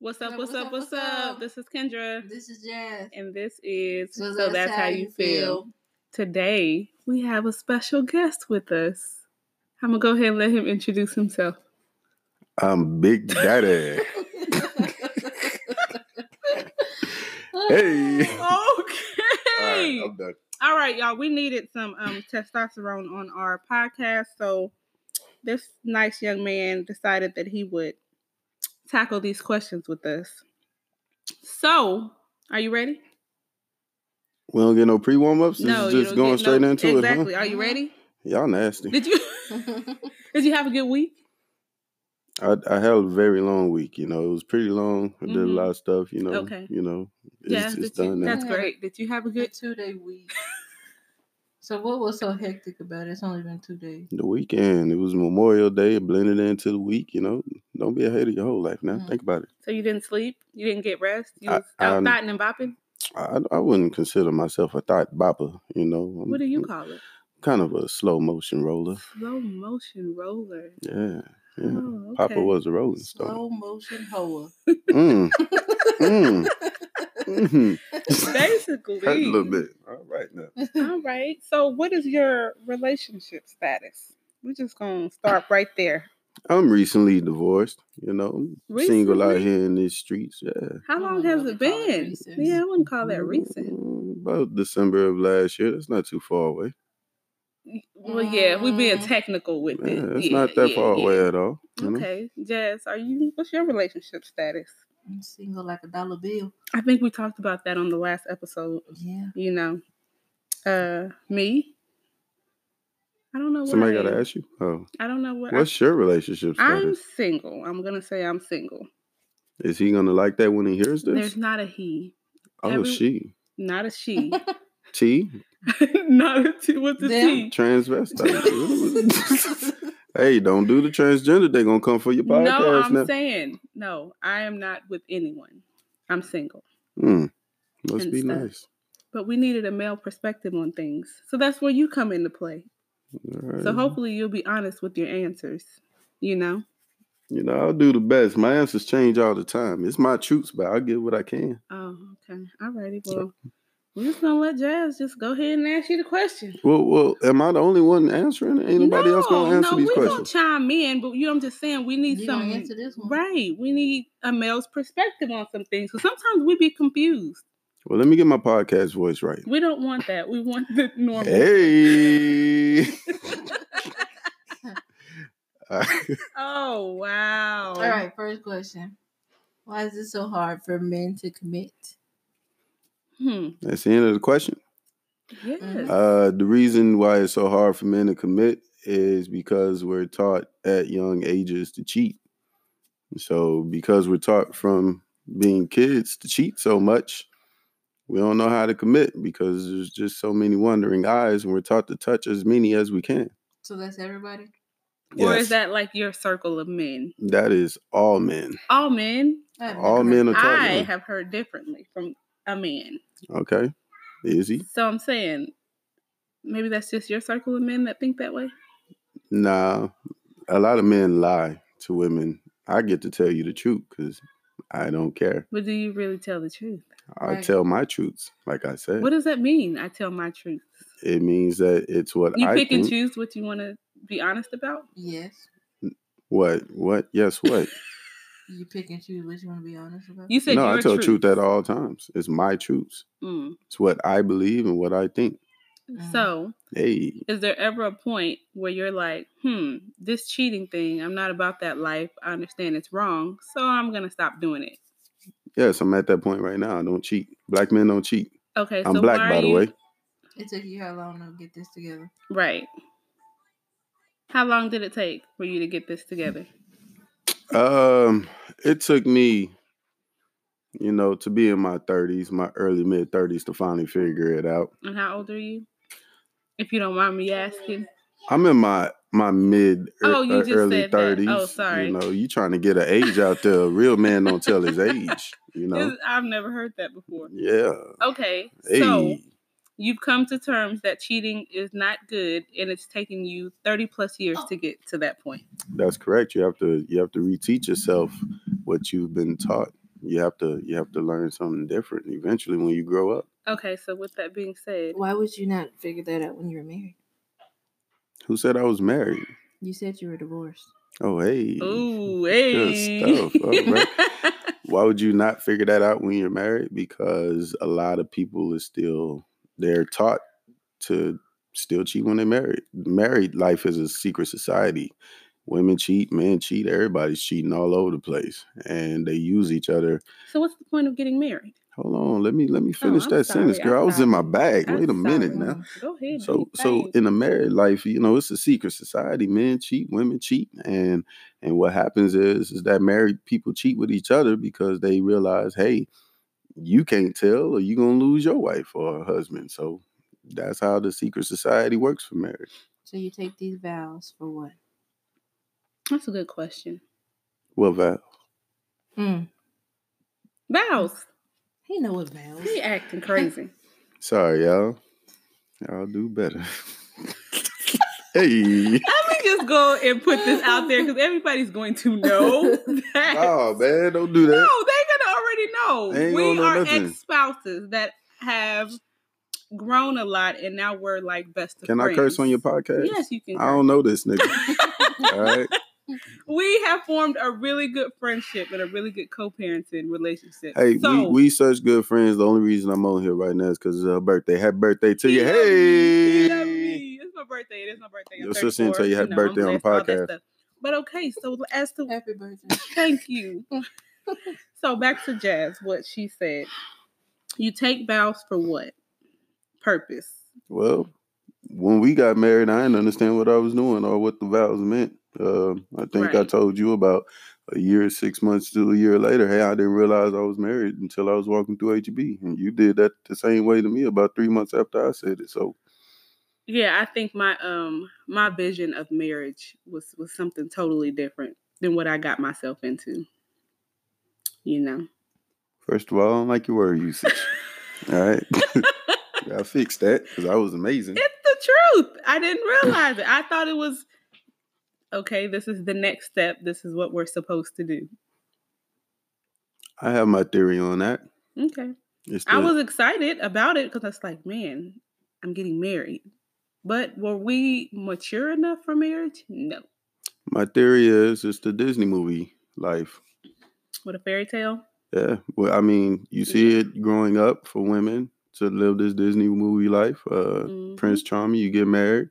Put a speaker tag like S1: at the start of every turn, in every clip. S1: What's up? What's, up? What's, up? This is Kendra,
S2: This is Jazz.
S1: and this is so, that's, how, you feel.
S2: feel.
S1: Today we have a special guest with us. I'm gonna go ahead and let him introduce himself.
S3: I'm Big Daddy. Hey.
S1: Okay.
S3: All right, I'm done.
S1: All right, y'all. We needed some um, testosterone on our podcast, so this nice young man decided that he would tackle these questions with us. So, are you ready?
S3: We don't get no pre warm ups. This is
S1: you don't
S3: just going
S1: get no-
S3: straight into
S1: Exactly.
S3: it,
S1: Are you ready?
S3: huh? Y'all nasty.
S1: Did you did you have a good week?
S3: I, I had a very long week. You know, it was pretty long. I did
S1: Mhm.
S3: a lot of stuff. You know,
S1: Okay.
S3: you know, it's,
S1: Yeah,
S3: it's
S1: did you-
S3: done now.
S1: that's great. Did you have a
S2: Good
S1: good?
S2: two day week. So what was so hectic about it? It's only been two days.
S3: The weekend. It was Memorial Day. It blended into the week. You know, don't be ahead of your whole life now.
S1: Mm.
S2: Mhm.
S3: Think about it.
S1: So you didn't sleep? You didn't get rest? You
S3: I- um,
S1: was
S3: I'm-
S1: outside and bopping?
S3: I, I wouldn't consider myself a thought bopper. You know, I'm
S1: What do you call it?
S3: kind of a slow motion roller.
S1: Slow motion roller.
S3: Yeah, yeah.
S1: Oh, okay.
S3: Papa was a rolling stone.
S2: Slow motion hoa.
S3: Mm. mm. Mhm.
S1: Basically.
S3: Hurt a little bit. All right now.
S1: All right. So what is your relationship status? We're just gonna start right there.
S3: I'm recently divorced. You know, I'm single out
S1: Recently?
S3: here in these streets. Yeah.
S1: How
S2: I
S1: long
S2: don't know
S1: has
S2: if
S1: it
S2: they call it
S1: been?
S2: recent.
S1: yeah, I wouldn't call that recent.
S3: Mm, About December of last year. That's not too far away.
S1: Well, yeah, we being
S2: Mm.
S1: technical with it.
S3: Yeah, it's
S1: Eh, Yeah,
S3: not that
S1: yeah,
S3: far
S1: yeah.
S3: away at all. You know?
S1: Okay, Jazz, are you? What's your relationship status?
S2: I'm single like a dollar bill.
S1: I think we talked about that on the last episode.
S2: Yeah.
S1: You know, uh, me. I don't know. What
S3: Somebody
S1: I
S3: got to
S1: am.
S3: ask you. Oh,
S1: I don't know what. I-
S3: what's your relationship
S1: I'm
S3: status?
S1: single. I'm gonna say I'm single.
S3: Is he gonna like that when he hears
S1: There's
S3: this?
S1: not a he,
S3: Oh,
S1: every-
S3: she.
S1: not a she,
S3: T.
S1: not a t. What's a
S2: Them.
S1: t?
S3: Transvestite. hey, don't do the transgender. They're gonna come for your podcast
S1: No, I'm
S3: now.
S1: saying no. I am not with anyone. I'm single.
S3: Mm, must
S1: and
S3: be
S1: stuff.
S3: nice.
S1: But we needed a male perspective on things, so that's where you come into play. So
S3: Alright.
S1: hopefully you'll be honest with your answers. You know.
S3: You know, I'll do the best. My answers change all the time. It's my truths, but I'll get what I can.
S1: Oh, okay. All righty. Well, we're just gonna let Jazz just go ahead and ask you the question.
S3: Well, well, am I the only one answering? Ain't nobody else gonna answer
S1: no,
S3: these
S1: we
S3: questions?
S1: gonna chime in, but you know, I'm just saying we need
S2: You
S1: some.
S2: gonna answer this one?
S1: Right, we need a male's perspective on some things. So sometimes we be confused.
S3: Well, let me get my podcast voice right.
S1: We don't want that. We want the normal.
S3: Hey.
S1: Oh wow!
S2: All right, first question. Why is it so hard for men to commit? Mm-hmm.
S1: Hmm.
S3: That's the end of the question.
S1: Yes.
S3: Uh, the reason why it's so hard for men to commit is because we're taught at young ages to cheat. So, because we're taught from being kids to cheat so much, we don't know how to commit because there's just so many wandering eyes, and we're taught to touch as many as we can.
S2: So that's everybody?
S1: Or is
S3: Yes.
S1: that like your circle of men?
S3: That is all men.
S1: All men.
S2: I have
S3: All
S2: never
S3: men
S2: heard-
S3: are taught.
S1: I
S3: young.
S1: have heard differently from a man.
S3: Okay, Izzy.
S1: So I'm saying maybe that's just your circle of men that think that way.
S3: Nah, a lot of men lie to women. I get to tell you the truth because I don't care.
S1: But do you really tell the truth?
S3: I
S2: Right.
S3: tell my truths, like I said.
S1: What does that mean? I tell my truth.
S3: It means that it's what
S1: You
S3: I
S1: pick and
S3: think.
S1: choose what you want to be honest about.
S2: Yes.
S3: What? What? Yes. What?
S2: You pick and choose what you want to be honest about?
S1: You said
S3: no,
S1: your
S3: I tell
S1: truth.
S3: truth uh, at all times. It's my truths.
S1: Mm.
S3: It's what I believe and what I think.
S2: Mhm.
S1: So,
S3: Hey,
S1: is there ever a point where you're like, "Hmm, this cheating thing. I'm not about that life. I understand it's wrong, so I'm gonna stop doing it."
S3: yes, I'm at that point right now. I don't cheat. Black men don't cheat.
S1: Okay,
S3: I'm
S1: so
S3: black,
S1: why are
S3: by the
S1: you-
S3: way.
S2: It took you how long to get this together?
S1: Right. How long did it take for you to get this together?
S3: Um, it took me, you know, to be in my 30s, my early mid 30s, to finally figure it out.
S1: And how old are you? If you don't mind me asking.
S3: I'm in my my mid ear-
S1: Oh, you
S3: uh,
S1: just
S3: early
S1: said that. Oh,
S3: 30s.
S1: sorry.
S3: You know, you trying to get an age out there. A real man don't tell his age. You know.
S1: This- I've never heard that before.
S3: Yeah.
S1: Okay.
S3: Hey.
S1: So you've come to terms that cheating is not good and it's taken you 30 plus years to get to that point.
S3: That's correct. You have to you have to reteach yourself what you've been taught. you have to you have to learn something different eventually when you grow up.
S1: Okay, so with that being said,
S2: Why would you not figure that out when you were married?
S3: Who said I was married?
S2: You said you were divorced.
S3: Oh hey.
S1: ooh,
S3: Good
S1: hey.
S3: stuff. All Why would you not figure that out when you're married? Because a lot of people is still they're taught to still cheat when they're married. Married life is a secret society. Women cheat, men cheat, everybody's cheating all over the place. And they use each other.
S1: so what's the point of getting married?
S3: Hold on, let me let me finish
S1: I'm
S3: that sentence,
S1: sorry,
S3: girl.
S1: I'm
S3: I was in my bag.
S1: I'm
S3: Wait a minute
S1: sorry.
S3: now.
S2: Mm.
S1: Go ahead.
S3: So
S1: do your
S3: so
S1: thing.
S3: in a married life, you know, it's a secret society. Men cheat, women cheat, and and what happens is is that married people cheat with each other because they realize, hey, you can't tell, or you're gonna lose your wife or her husband. So that's how the secret society works for marriage.
S2: So you take these vows for what?
S1: that's a good question.
S3: Well, Val,
S2: Mm.
S1: Vows.
S2: He know what vows.
S1: He acting crazy.
S3: sorry, y'all. I'll do better. hey,
S1: Let me just go and put this out there because everybody's going to know that.
S3: oh man, don't do that.
S1: No, they're gonna already know.
S3: They ain't
S1: We
S3: gonna know
S1: are
S3: nothing.
S1: ex spouses that have grown a lot and now we're like best of
S3: Can I
S1: friends.
S3: curse on your podcast?
S1: Yes, you can.
S3: I don't know this nigga. All right.
S1: We have formed a really good friendship and a really good co-parenting relationship.
S3: Hey, we,
S1: so,
S3: we such good friends. The only reason I'm on here right now is because it's her birthday. Happy birthday to
S1: he
S3: you.
S1: love me, he
S3: Hey.
S1: love me. It's my birthday. It is my birthday. I'm
S3: Your sister
S1: 34,
S3: didn't tell you happy
S1: know, I'm
S3: birthday on the
S1: blessed, all that
S3: podcast.
S1: stuff. But okay, so as to
S2: Happy birthday.
S1: Thank you. so back to Jazz, what she said. You take vows for what? Purpose.
S3: Well, when we got married, I didn't understand what I was doing or what the vows meant. Um, I think I
S1: Right.
S3: told you about a year, six months to a year later. Hey, I didn't realize I was married until I was walking through HEB. And you did that the same way to me about three months after I said it. So,
S1: Yeah, I think my um my vision of marriage was was something totally different than what I got myself into. You know.
S3: first of all, I don't like your word usage. All right. I fixed that because I was amazing.
S1: It's the truth. I didn't realize it. I thought it was okay, this is the next step. This is what we're supposed to do.
S3: I have my theory on that.
S1: Okay.
S3: It's
S1: I
S3: the-
S1: was excited about it because I was like, man, I'm getting married. But were we mature enough for marriage? No.
S3: My theory is it's the Disney movie life.
S1: With a fairy tale?
S3: Yeah. Well, I mean, you see it growing up for women to live this Disney movie life. Uh,
S1: Mhm.
S3: Prince Charming, you get married.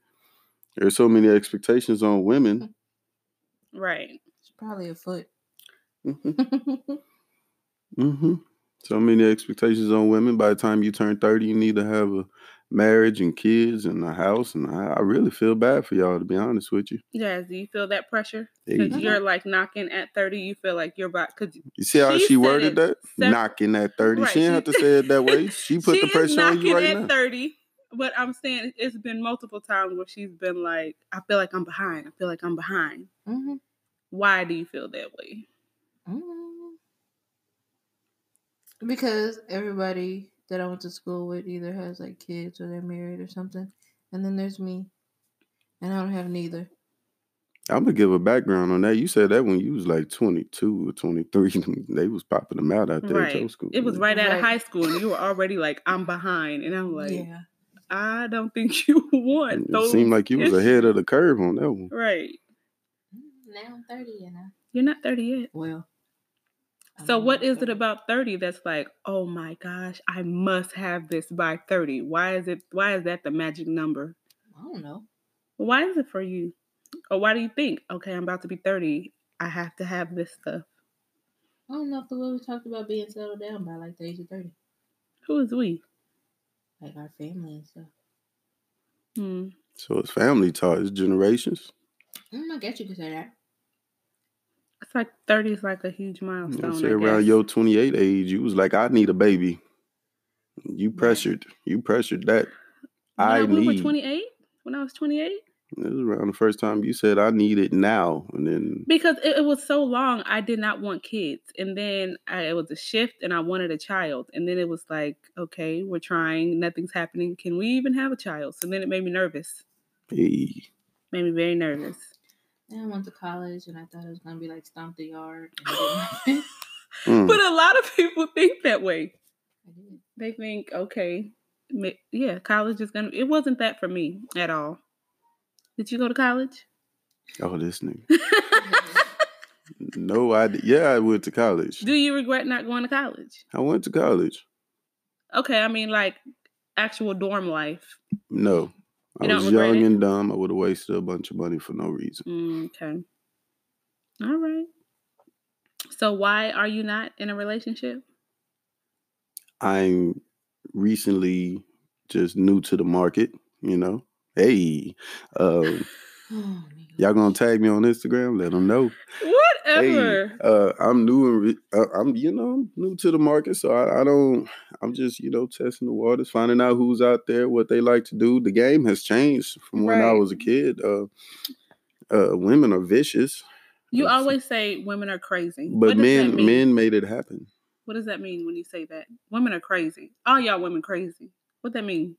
S3: There's so many expectations on women.
S1: Right.
S2: It's probably a foot.
S3: hmm hmm So many expectations on women. By the time you turn 30, you need to have a marriage and kids and a house. And I, I really feel bad for y'all, to be honest with you.
S1: Yes, do you feel that pressure?
S3: Hey,
S1: Because you're like knocking at 30, you feel like you're about because
S3: You see how
S1: She
S3: she,
S1: said
S3: worded
S1: it
S3: that?
S1: sep-
S3: knocking at 30.
S1: Right,
S3: She
S1: she-
S3: didn't have to say it that way. She put
S1: she
S3: the
S1: is
S3: pressure on
S1: knocking
S3: you right
S1: at
S3: now.
S1: 30. But I'm saying it's been multiple times where she's been like, I feel like I'm behind. I feel like I'm behind.
S2: Mm-hmm.
S1: Why do you feel that way?
S2: Mm. Mm-hmm. Because everybody that I went to school with either has like kids or they're married or something. And then there's me. And I don't have neither.
S3: I'm gonna give a background on that. You said that when you was like 22 or 23, they was popping them out out there at your
S1: Right.
S3: school.
S1: It was right out of
S2: Right.
S1: high school and you were already like, I'm behind. And I'm like,
S2: yeah.
S1: I don't think you
S3: It
S1: want those.
S3: seemed like you was
S1: issues.
S3: ahead of the curve on that one.
S1: Right.
S2: Now I'm 30 and I.
S1: You're not 30 yet.
S2: Well.
S1: So what is it about 30 that's like, oh my gosh, I must have this by 30? Why is it why is that the magic number?
S2: I don't know.
S1: Why is it for you? Or why do you think, okay, I'm about to be 30, I have to have this stuff?
S2: I don't know if the way we talked about being settled down by like the age of 30,
S1: Who is we?
S2: like our family and stuff.
S1: Hmm.
S3: So it's family taught, it's generations.
S2: Mm, I guess you could say that.
S1: It's like 30 is like a huge
S3: You
S1: milestone.
S3: know,
S1: I
S3: say around
S1: guess.
S3: your 28 age, you was like, I need a baby. You
S2: Right.
S3: pressured. You pressured that.
S1: When
S3: I
S1: we were
S3: need-
S1: 28, when I was 28,
S3: It was around the first time you said I need it now. And then
S1: because it, it was so long i did not want kids and then I, it was a shift and i wanted a child and then it was like okay we're trying nothing's happening can we even have a child so then it made me nervous
S3: hey,
S1: made me very nervous
S2: Then I went to college and I thought it was going to be like stomp the yard. And it didn't happen.
S3: Mm.
S1: But a lot of people think that way. They think, okay, ma- yeah, college is gonna. It wasn't that for me at all. Did you go to college?
S3: oh, this nigga. No, I d- yeah, I went to college.
S1: Do you regret not going to college?
S3: I went to college.
S1: Okay, I mean like actual dorm life.
S3: No, I
S1: You don't
S3: was
S1: regret
S3: young
S1: it?
S3: and dumb. I would have wasted a bunch of money for no reason.
S1: Mm, okay. All right. So why are you not in a relationship?
S3: I'm recently just new to the market. You know, hey, um,
S2: Oh, nigga.
S3: y'all gonna tag me on Instagram? Let them know.
S1: Whatever.
S3: Hey, uh, I'm new and re- uh, I'm you know I'm new to the market, so I, I don't. I'm just you know testing the waters, finding out who's out there, what they like to do. The game has changed from when I
S1: Right.
S3: was a kid. Uh, uh, women are vicious,
S1: You
S3: let's see.
S1: always say women are crazy. What
S3: uh,
S1: does
S3: but
S1: that
S3: men
S1: mean?
S3: men made it happen.
S1: What does that mean when you say that? Women are crazy. All y'all women crazy. What that mean?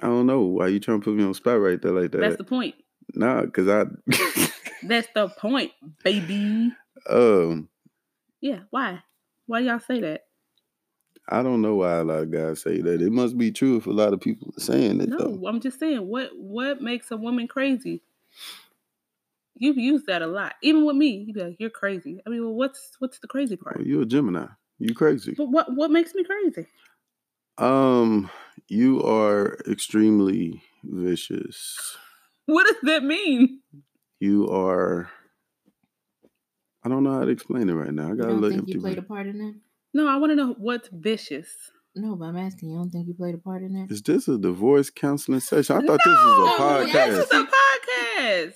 S3: I don't know why you trying to put me on the spot right there like
S1: That's
S3: that.
S1: the point.
S3: nah, because I
S1: That's the point, baby.
S3: um
S1: Yeah. Why? Why y'all say that?
S3: I don't know why a lot of guys say that. It must be true if a lot of people are saying it though.
S1: No, I'm just saying what what makes a woman crazy? You've used that a lot. Even with me, you be like, you're crazy. I mean, well, what's what's the crazy part?
S3: Well, you're a Gemini. You crazy.
S1: But what what makes me crazy?
S3: Um, you are extremely vicious.
S1: What does that mean?
S3: You are. I don't know how to explain it right now. I
S2: You
S3: gotta
S2: don't
S3: look
S2: think
S3: up
S2: you
S3: the.
S2: played a part in that?
S1: No, I want to know what's vicious.
S2: No, but I'm asking. You don't think you played a part in that?
S3: Is this a divorce counseling session? I thought
S1: No,
S3: this was a
S1: This
S3: podcast.
S1: is a podcast.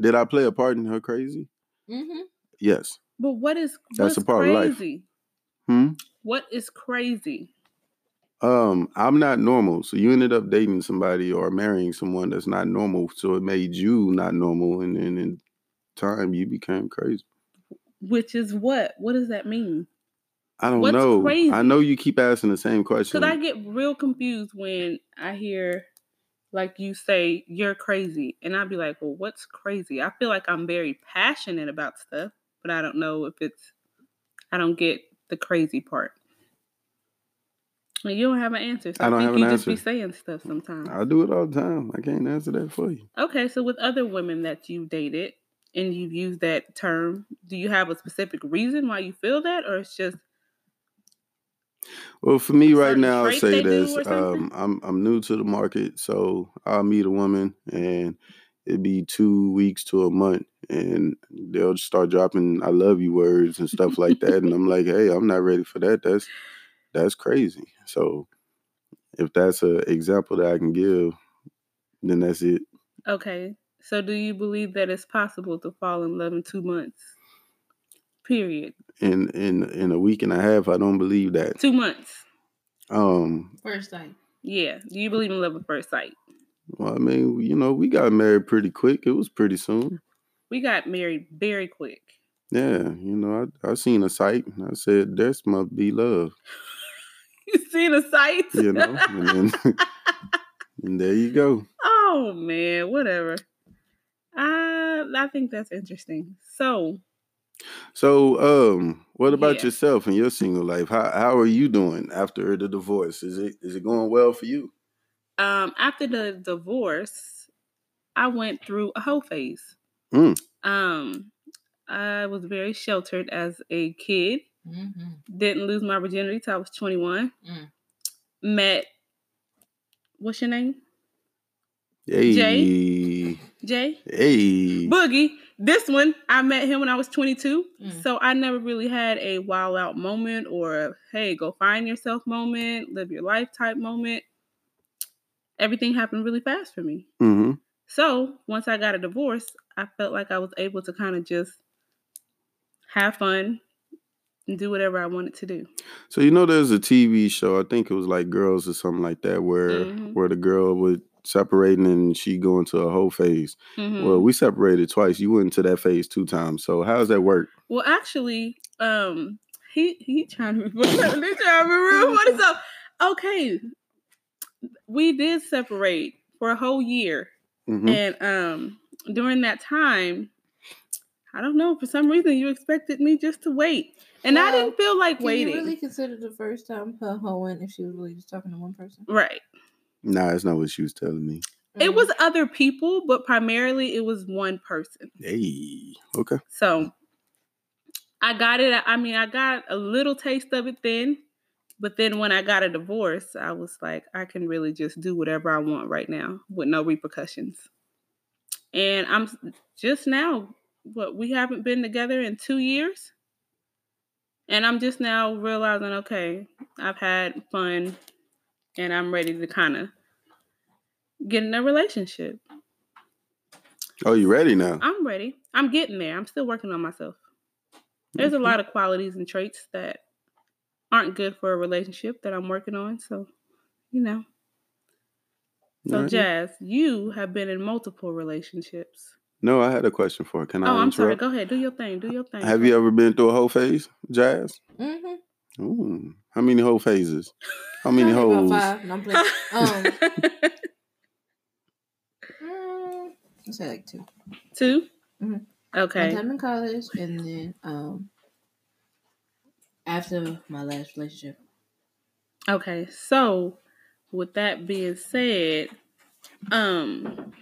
S3: Did I play a part in her crazy?
S2: Mm-hmm.
S3: Yes.
S1: But what is what's
S3: That's a part of life.
S1: crazy?
S3: Hmm.
S1: What is crazy?
S3: Um, I'm not normal. So you ended up dating somebody or marrying someone that's not normal. So it made you not normal, and then in time you became crazy.
S1: Which is what? What does that mean?
S3: I don't
S1: What's
S3: know. I
S1: crazy?
S3: know you keep asking the same question.
S1: Because I get real confused when I hear like you say you're crazy, and I'd be like, well, what's crazy? I feel like I'm very passionate about stuff, but I don't know if it's. I don't get the crazy part. And you don't have an answer. So I,
S3: I don't
S1: think
S3: have an
S1: you just be
S3: answer.
S1: saying stuff sometimes.
S3: I do it all the time. I can't answer that for you.
S1: Okay, so with other women that you dated and you've used that term, do you have a specific reason why you feel that, or it's just
S3: Well, for me right
S1: Certain
S3: now, I'll
S1: trait
S3: say
S1: they do
S3: this:
S1: or something?
S3: um, I'm I'm new to the market, so I'll meet a woman, and it'd be two weeks to a month, and they'll start dropping "I love you" words and stuff like that, and I'm like, hey, I'm not ready for that. That's that's crazy. So, if that's an example that I can give, then that's it.
S1: okay? So do you believe that it's possible to fall in love in two months? Period.
S3: In in in a week and a half, I don't believe that.
S1: Two months.
S3: Um,
S2: First night.
S1: Yeah. Do you believe in love at first sight?
S3: Well, I mean, you know, we got married pretty quick. It was pretty soon.
S1: We got married very quick.
S3: Yeah, you know, I I seen a sight. And I said, "This must be love,"
S1: You see the sights?
S3: you know. and, then, and there you go.
S1: Oh man, whatever. I I think that's interesting. So
S3: So, um, what about
S1: Yeah.
S3: yourself and your single life? How how are you doing after the divorce? Is it is it going well for you?
S1: um, after the divorce, I went through a whole phase.
S3: Mm.
S1: Um, I was very sheltered as a kid.
S2: Mm-hmm.
S1: Didn't lose my virginity till I was 21.
S2: Mm.
S1: Met, what's your name?
S3: Hey,
S1: Jay?
S3: hey,
S1: Boogie. This one, I met him when I was 22.
S2: Mm.
S1: So I never really had a wild out moment or a, hey, go find yourself moment, live your life type moment. Everything happened really fast for me.
S3: hmm
S1: So once I got a divorce, I felt like I was able to kind of just have fun and do whatever I wanted to do.
S3: So you know, there's a TV show. I think it was like Girls or something like that, where
S1: Mhm.
S3: where the girl would separating and she go into a whole phase.
S1: Mhm.
S3: Well, we separated twice. You went into that phase two times. So how does that work?
S1: Well, actually, um, he he trying to be they trying to be real funny. So okay, we did separate
S2: Mm-hmm.
S1: for a whole year,
S3: Mhm.
S1: and um, during that time, I don't know. For some reason, you expected me just to wait, and I
S2: Well,
S1: didn't feel like
S2: Can
S1: waiting.
S2: you really consider the first time her hoeing if she was really just talking to one person?
S1: Right.
S3: Nah, that's not what she was telling me.
S1: It
S2: Mm.
S1: was other people, but primarily it was one person.
S3: Hey, okay.
S1: So I got it. I mean, I got a little taste of it then, but then when I got a divorce, I was like, I can really just do whatever I want right now with no repercussions. And I'm s- just now, what we haven't been together in two years. And I'm just now realizing, okay, I've had fun and I'm ready to kind of get in a relationship.
S3: Oh, you ready now?
S1: I'm ready. I'm getting there. I'm still working on myself. There's a
S3: Mm-hmm.
S1: lot of qualities and traits that aren't good for a relationship that I'm working on. So, you know. So,
S3: Alright.
S1: Jazz, you have been in multiple relationships.
S3: No, I had a question for her. Can I
S1: oh, I'm sorry.
S3: interrupt?
S1: Go ahead. Do your thing. Do your thing.
S3: Have you ever been through a whole phase, Jazz?
S2: Mhm.
S3: Ooh, how many whole phases? How many
S2: Probably about
S3: holes?
S2: Five. No, I'm playing. um, mm, I'd say like two.
S1: 2
S2: Mhm. One
S1: Okay.
S2: time in college, and then um, after my last relationship.
S1: Okay. So, with that being said, um,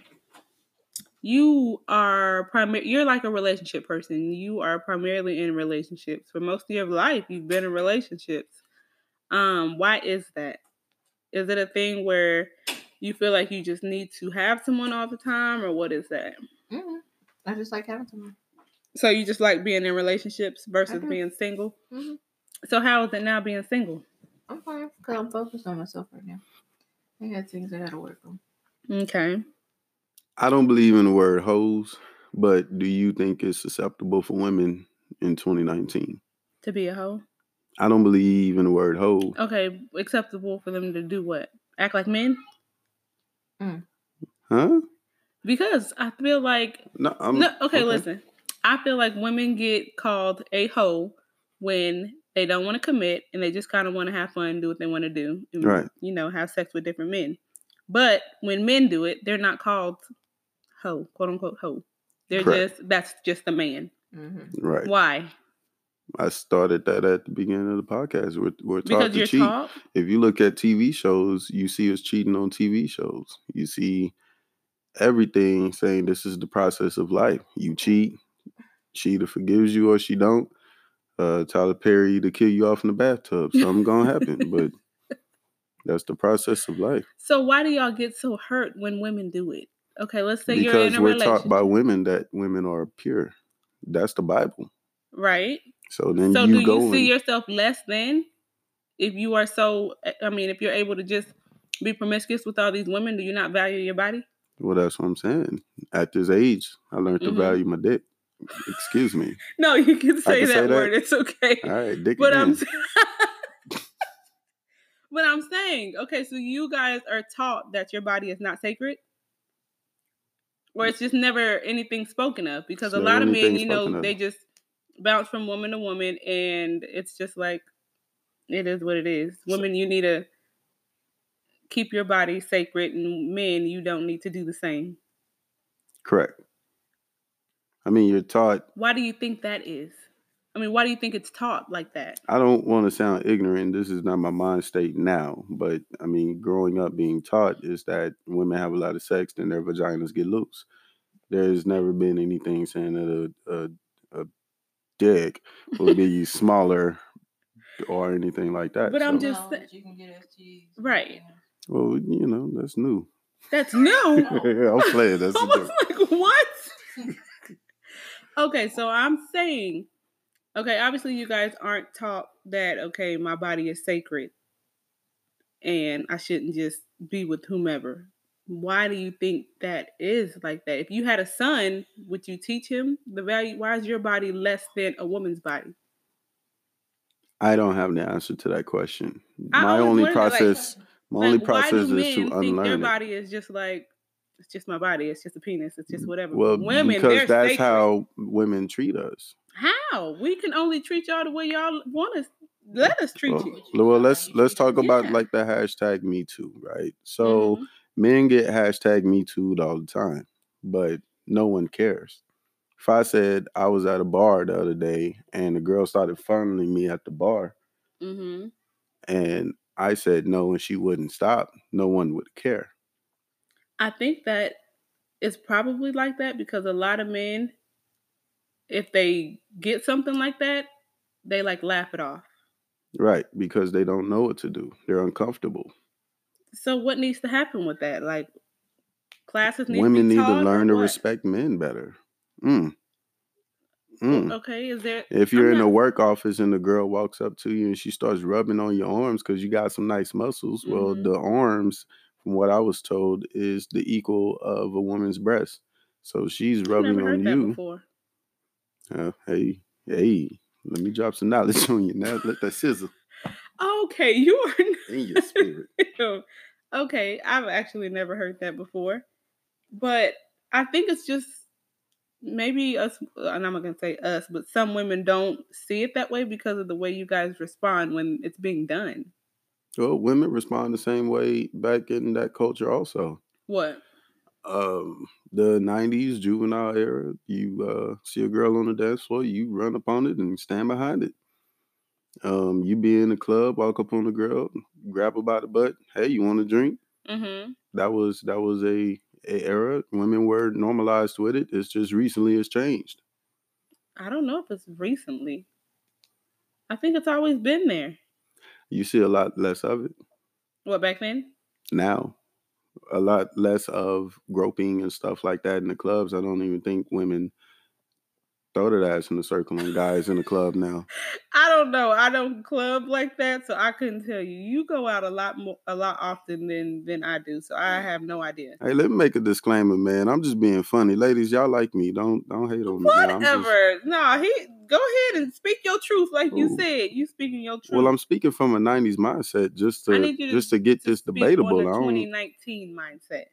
S1: you are primar- You're like a relationship person. You are primarily in relationships for most of your life. You've been in relationships. Um, why is that? Is it a thing where you feel like you just need to have someone all the time, or what is that?
S2: Mhm. I just like having someone.
S1: So you just like being in relationships versus
S2: do.
S1: being single.
S2: Mhm.
S1: So how is it now being single?
S2: I'm fine because I'm focused on myself right now. I got things I gotta work on.
S1: Okay.
S3: I don't believe in the word hoes, but do you think it's susceptible for women in 2019?
S1: To be a hoe.
S3: I don't believe in the word hoe.
S1: Okay, acceptable for them to do what? Act like men?
S3: Huh?
S1: Because I feel like
S3: No, I'm
S1: no. Okay, listen. I feel like women get called a hoe when they don't want to commit and they just kind of want to have fun, do what they want to do, and,
S3: Right.
S1: You know, have sex with different men. But when men do it, they're not called hoe, quote unquote hoe. They're
S3: Correct.
S1: just that's just a man.
S2: Mm-hmm.
S3: Right.
S1: Why?
S3: I started that at the beginning of the podcast. We're, we're taught
S1: Because
S3: to
S1: you're
S3: cheat.
S1: taught.
S3: If you look at TV shows, you see us cheating on TV shows. You see everything saying this is the process of life. You cheat, she either forgives you or she don't. Uh, Tyler Perry to kill you off in the bathtub. Something gonna happen, but that's the process of life.
S1: So why do y'all get so hurt when women do it? Okay, let's say you're in
S3: because
S1: a
S3: we're taught
S1: relationship,
S3: by women that women are pure. That's the Bible.
S1: right?
S3: So then
S1: so
S3: you
S1: do
S3: go
S1: you see
S3: and-
S1: yourself less than if you are so i mean if you're able to just be promiscuous with all these women do you not value your body
S3: Well, that's what I'm saying. At this age, I learned to
S1: Mhm.
S3: value my dick. Excuse me.
S1: no you can say,
S3: can
S1: that,
S3: say that?
S1: word it's okay
S3: All right, dick.
S1: but
S3: it
S1: i'm
S3: in.
S1: but i'm saying okay so you guys are taught that your body is not sacred or it's just never anything spoken of because
S3: It's
S1: a
S3: never
S1: lot of men
S3: anything
S1: you know
S3: spoken of.
S1: they just bounce from woman to woman and it's just like it is what it is women you need to keep your body sacred and men you don't need to do the same
S3: correct. I mean, you're taught.
S1: why do you think that is i mean why do you think it's taught like that
S3: I don't want to sound ignorant. This is not my mind state now, but I mean, growing up being taught is that women have a lot of sex and their vaginas get loose. There's never been anything saying that a a, a dick will be smaller or anything like that.
S1: But I'm
S3: so-
S1: just sa-
S2: No, but you can get STDs.
S1: Right.
S3: well, you know, that's new.
S1: that's new
S3: I'm playing. That's
S1: i
S3: a
S1: was like
S3: joke.
S1: what okay so i'm saying okay obviously you guys aren't taught that okay my body is sacred and i shouldn't just be with whomever why do you think that is like that if you had a son would you teach him the value why is your body less than a woman's body
S3: I don't have the answer to that question.
S1: I
S3: my
S1: always
S3: only
S1: wondered, like,
S3: process, my
S1: Like,
S3: only
S1: why
S3: process
S1: do
S3: is
S1: men
S3: to
S1: think their
S3: unlearn it.
S1: body is just like it's just my body, it's just a penis, it's just whatever.
S3: Well,
S1: women,
S3: because
S1: they're
S3: that's
S1: sacred.
S3: how women treat us.
S1: how we can only treat y'all the way y'all want us. Let us treat
S3: Well,
S1: you.
S3: well, let's let's talk about
S1: Yeah.
S3: like the hashtag Me Too, right? So
S1: Mhm.
S3: men get hashtag Me Too all the time, but no one cares. if I said I was at a bar the other day and the girl started fondling me at the bar
S1: Mm-hmm.
S3: and I said no and she wouldn't stop, no one would care.
S1: I think that it's probably like that because a lot of men, if they get something like that, they like laugh it off.
S3: Right, because they don't know what to do. They're uncomfortable.
S1: So what needs to happen with that? Like classes need to
S3: Women
S1: be
S3: need to
S1: taught or
S3: learn to
S1: what?
S3: respect men better. Mm. Mm.
S1: Okay, is there
S3: If you're
S1: I'm
S3: in a
S1: not-
S3: work office and the girl walks up to you and she starts rubbing on your arms because you got some nice muscles, well,
S1: Mhm.
S3: the arms, from what I was told, is the equal of a woman's breast. So she's
S1: I've
S3: rubbing
S1: never heard
S3: on
S1: that
S3: you.
S1: before.
S3: Uh, hey, hey, let me drop some knowledge on you now. Let that sizzle
S1: Okay, you are
S3: in your spirit.
S1: Ew. okay, I've actually never heard that before, but I think it's just maybe us, uh, and I'm not gonna say us, but some women don't see it that way because of the way you guys respond when it's being done.
S3: well, women respond the same way back in that culture, also.
S1: What?
S3: um the 90s juvenile era you uh see a girl on the dance floor you run upon it and stand behind it um you be in the club walk up on a girl grab her by the butt hey you want a drink
S1: Mm-hmm.
S3: that was that was a, a era women were normalized with it it's just recently it's changed
S1: I don't know if it's recently. I think it's always been there.
S3: you see a lot less of it
S1: What back then?
S3: now a lot less of groping and stuff like that in the clubs i don't even think women throw their ass in the circle on guys in the club now
S1: I don't know. I don't club like that, so I couldn't tell you. You go out a lot more, a lot often than than I do, so I have no idea.
S3: Hey, let me make a disclaimer, man. I'm just being funny, ladies. Y'all like me. Don't don't hate on me. man. I'm just-
S1: Whatever. No, he go ahead and speak your truth, like you
S3: Ooh.
S1: said. You speaking your truth.
S3: well, I'm speaking from a '90s mindset, just
S1: I
S3: to,
S1: need you to
S3: just to get this
S1: Speak
S3: debatable.
S1: On the
S3: I don't.
S1: 2019 mindset.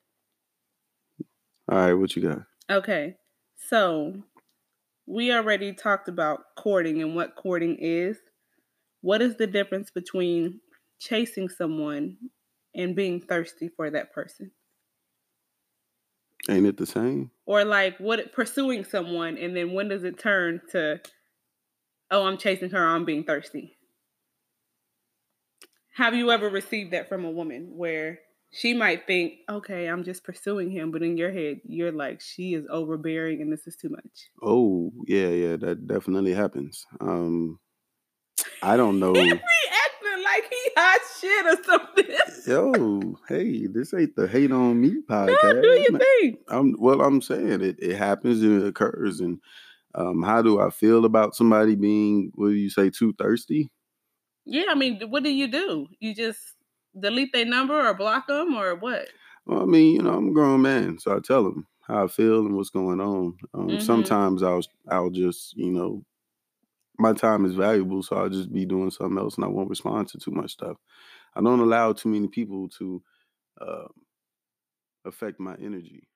S3: All right, what you got?
S1: Okay, so we already talked about courting and what courting is. What is the difference between chasing someone and being thirsty for that person,
S3: Ain't it the same?
S1: or like what pursuing someone, and then when does it turn to, oh, I'm chasing her, I'm being thirsty? Have you ever received that from a woman where she might think, okay, I'm just pursuing him, but in your head, you're like, she is overbearing and this is too much?
S3: Oh, yeah, yeah. That definitely happens. Um, I don't know.
S1: He be acting like he hot shit or something.
S3: Yo, hey, this ain't the hate on me podcast.
S1: no, do you think?
S3: I'm well. I'm saying it. It happens and it occurs. And um, how do I feel about somebody being? What do you say? Too thirsty?
S1: Yeah, I mean, what do you do? You just delete their number or block them or what?
S3: Well, I mean, you know, I'm a grown man, so I tell them how I feel and what's going on. Um,
S1: Mhm.
S3: Sometimes I'll I'll just you know, my time is valuable, so I'll just be doing something else, and I won't respond to too much stuff. I don't allow too many people to uh, affect my energy.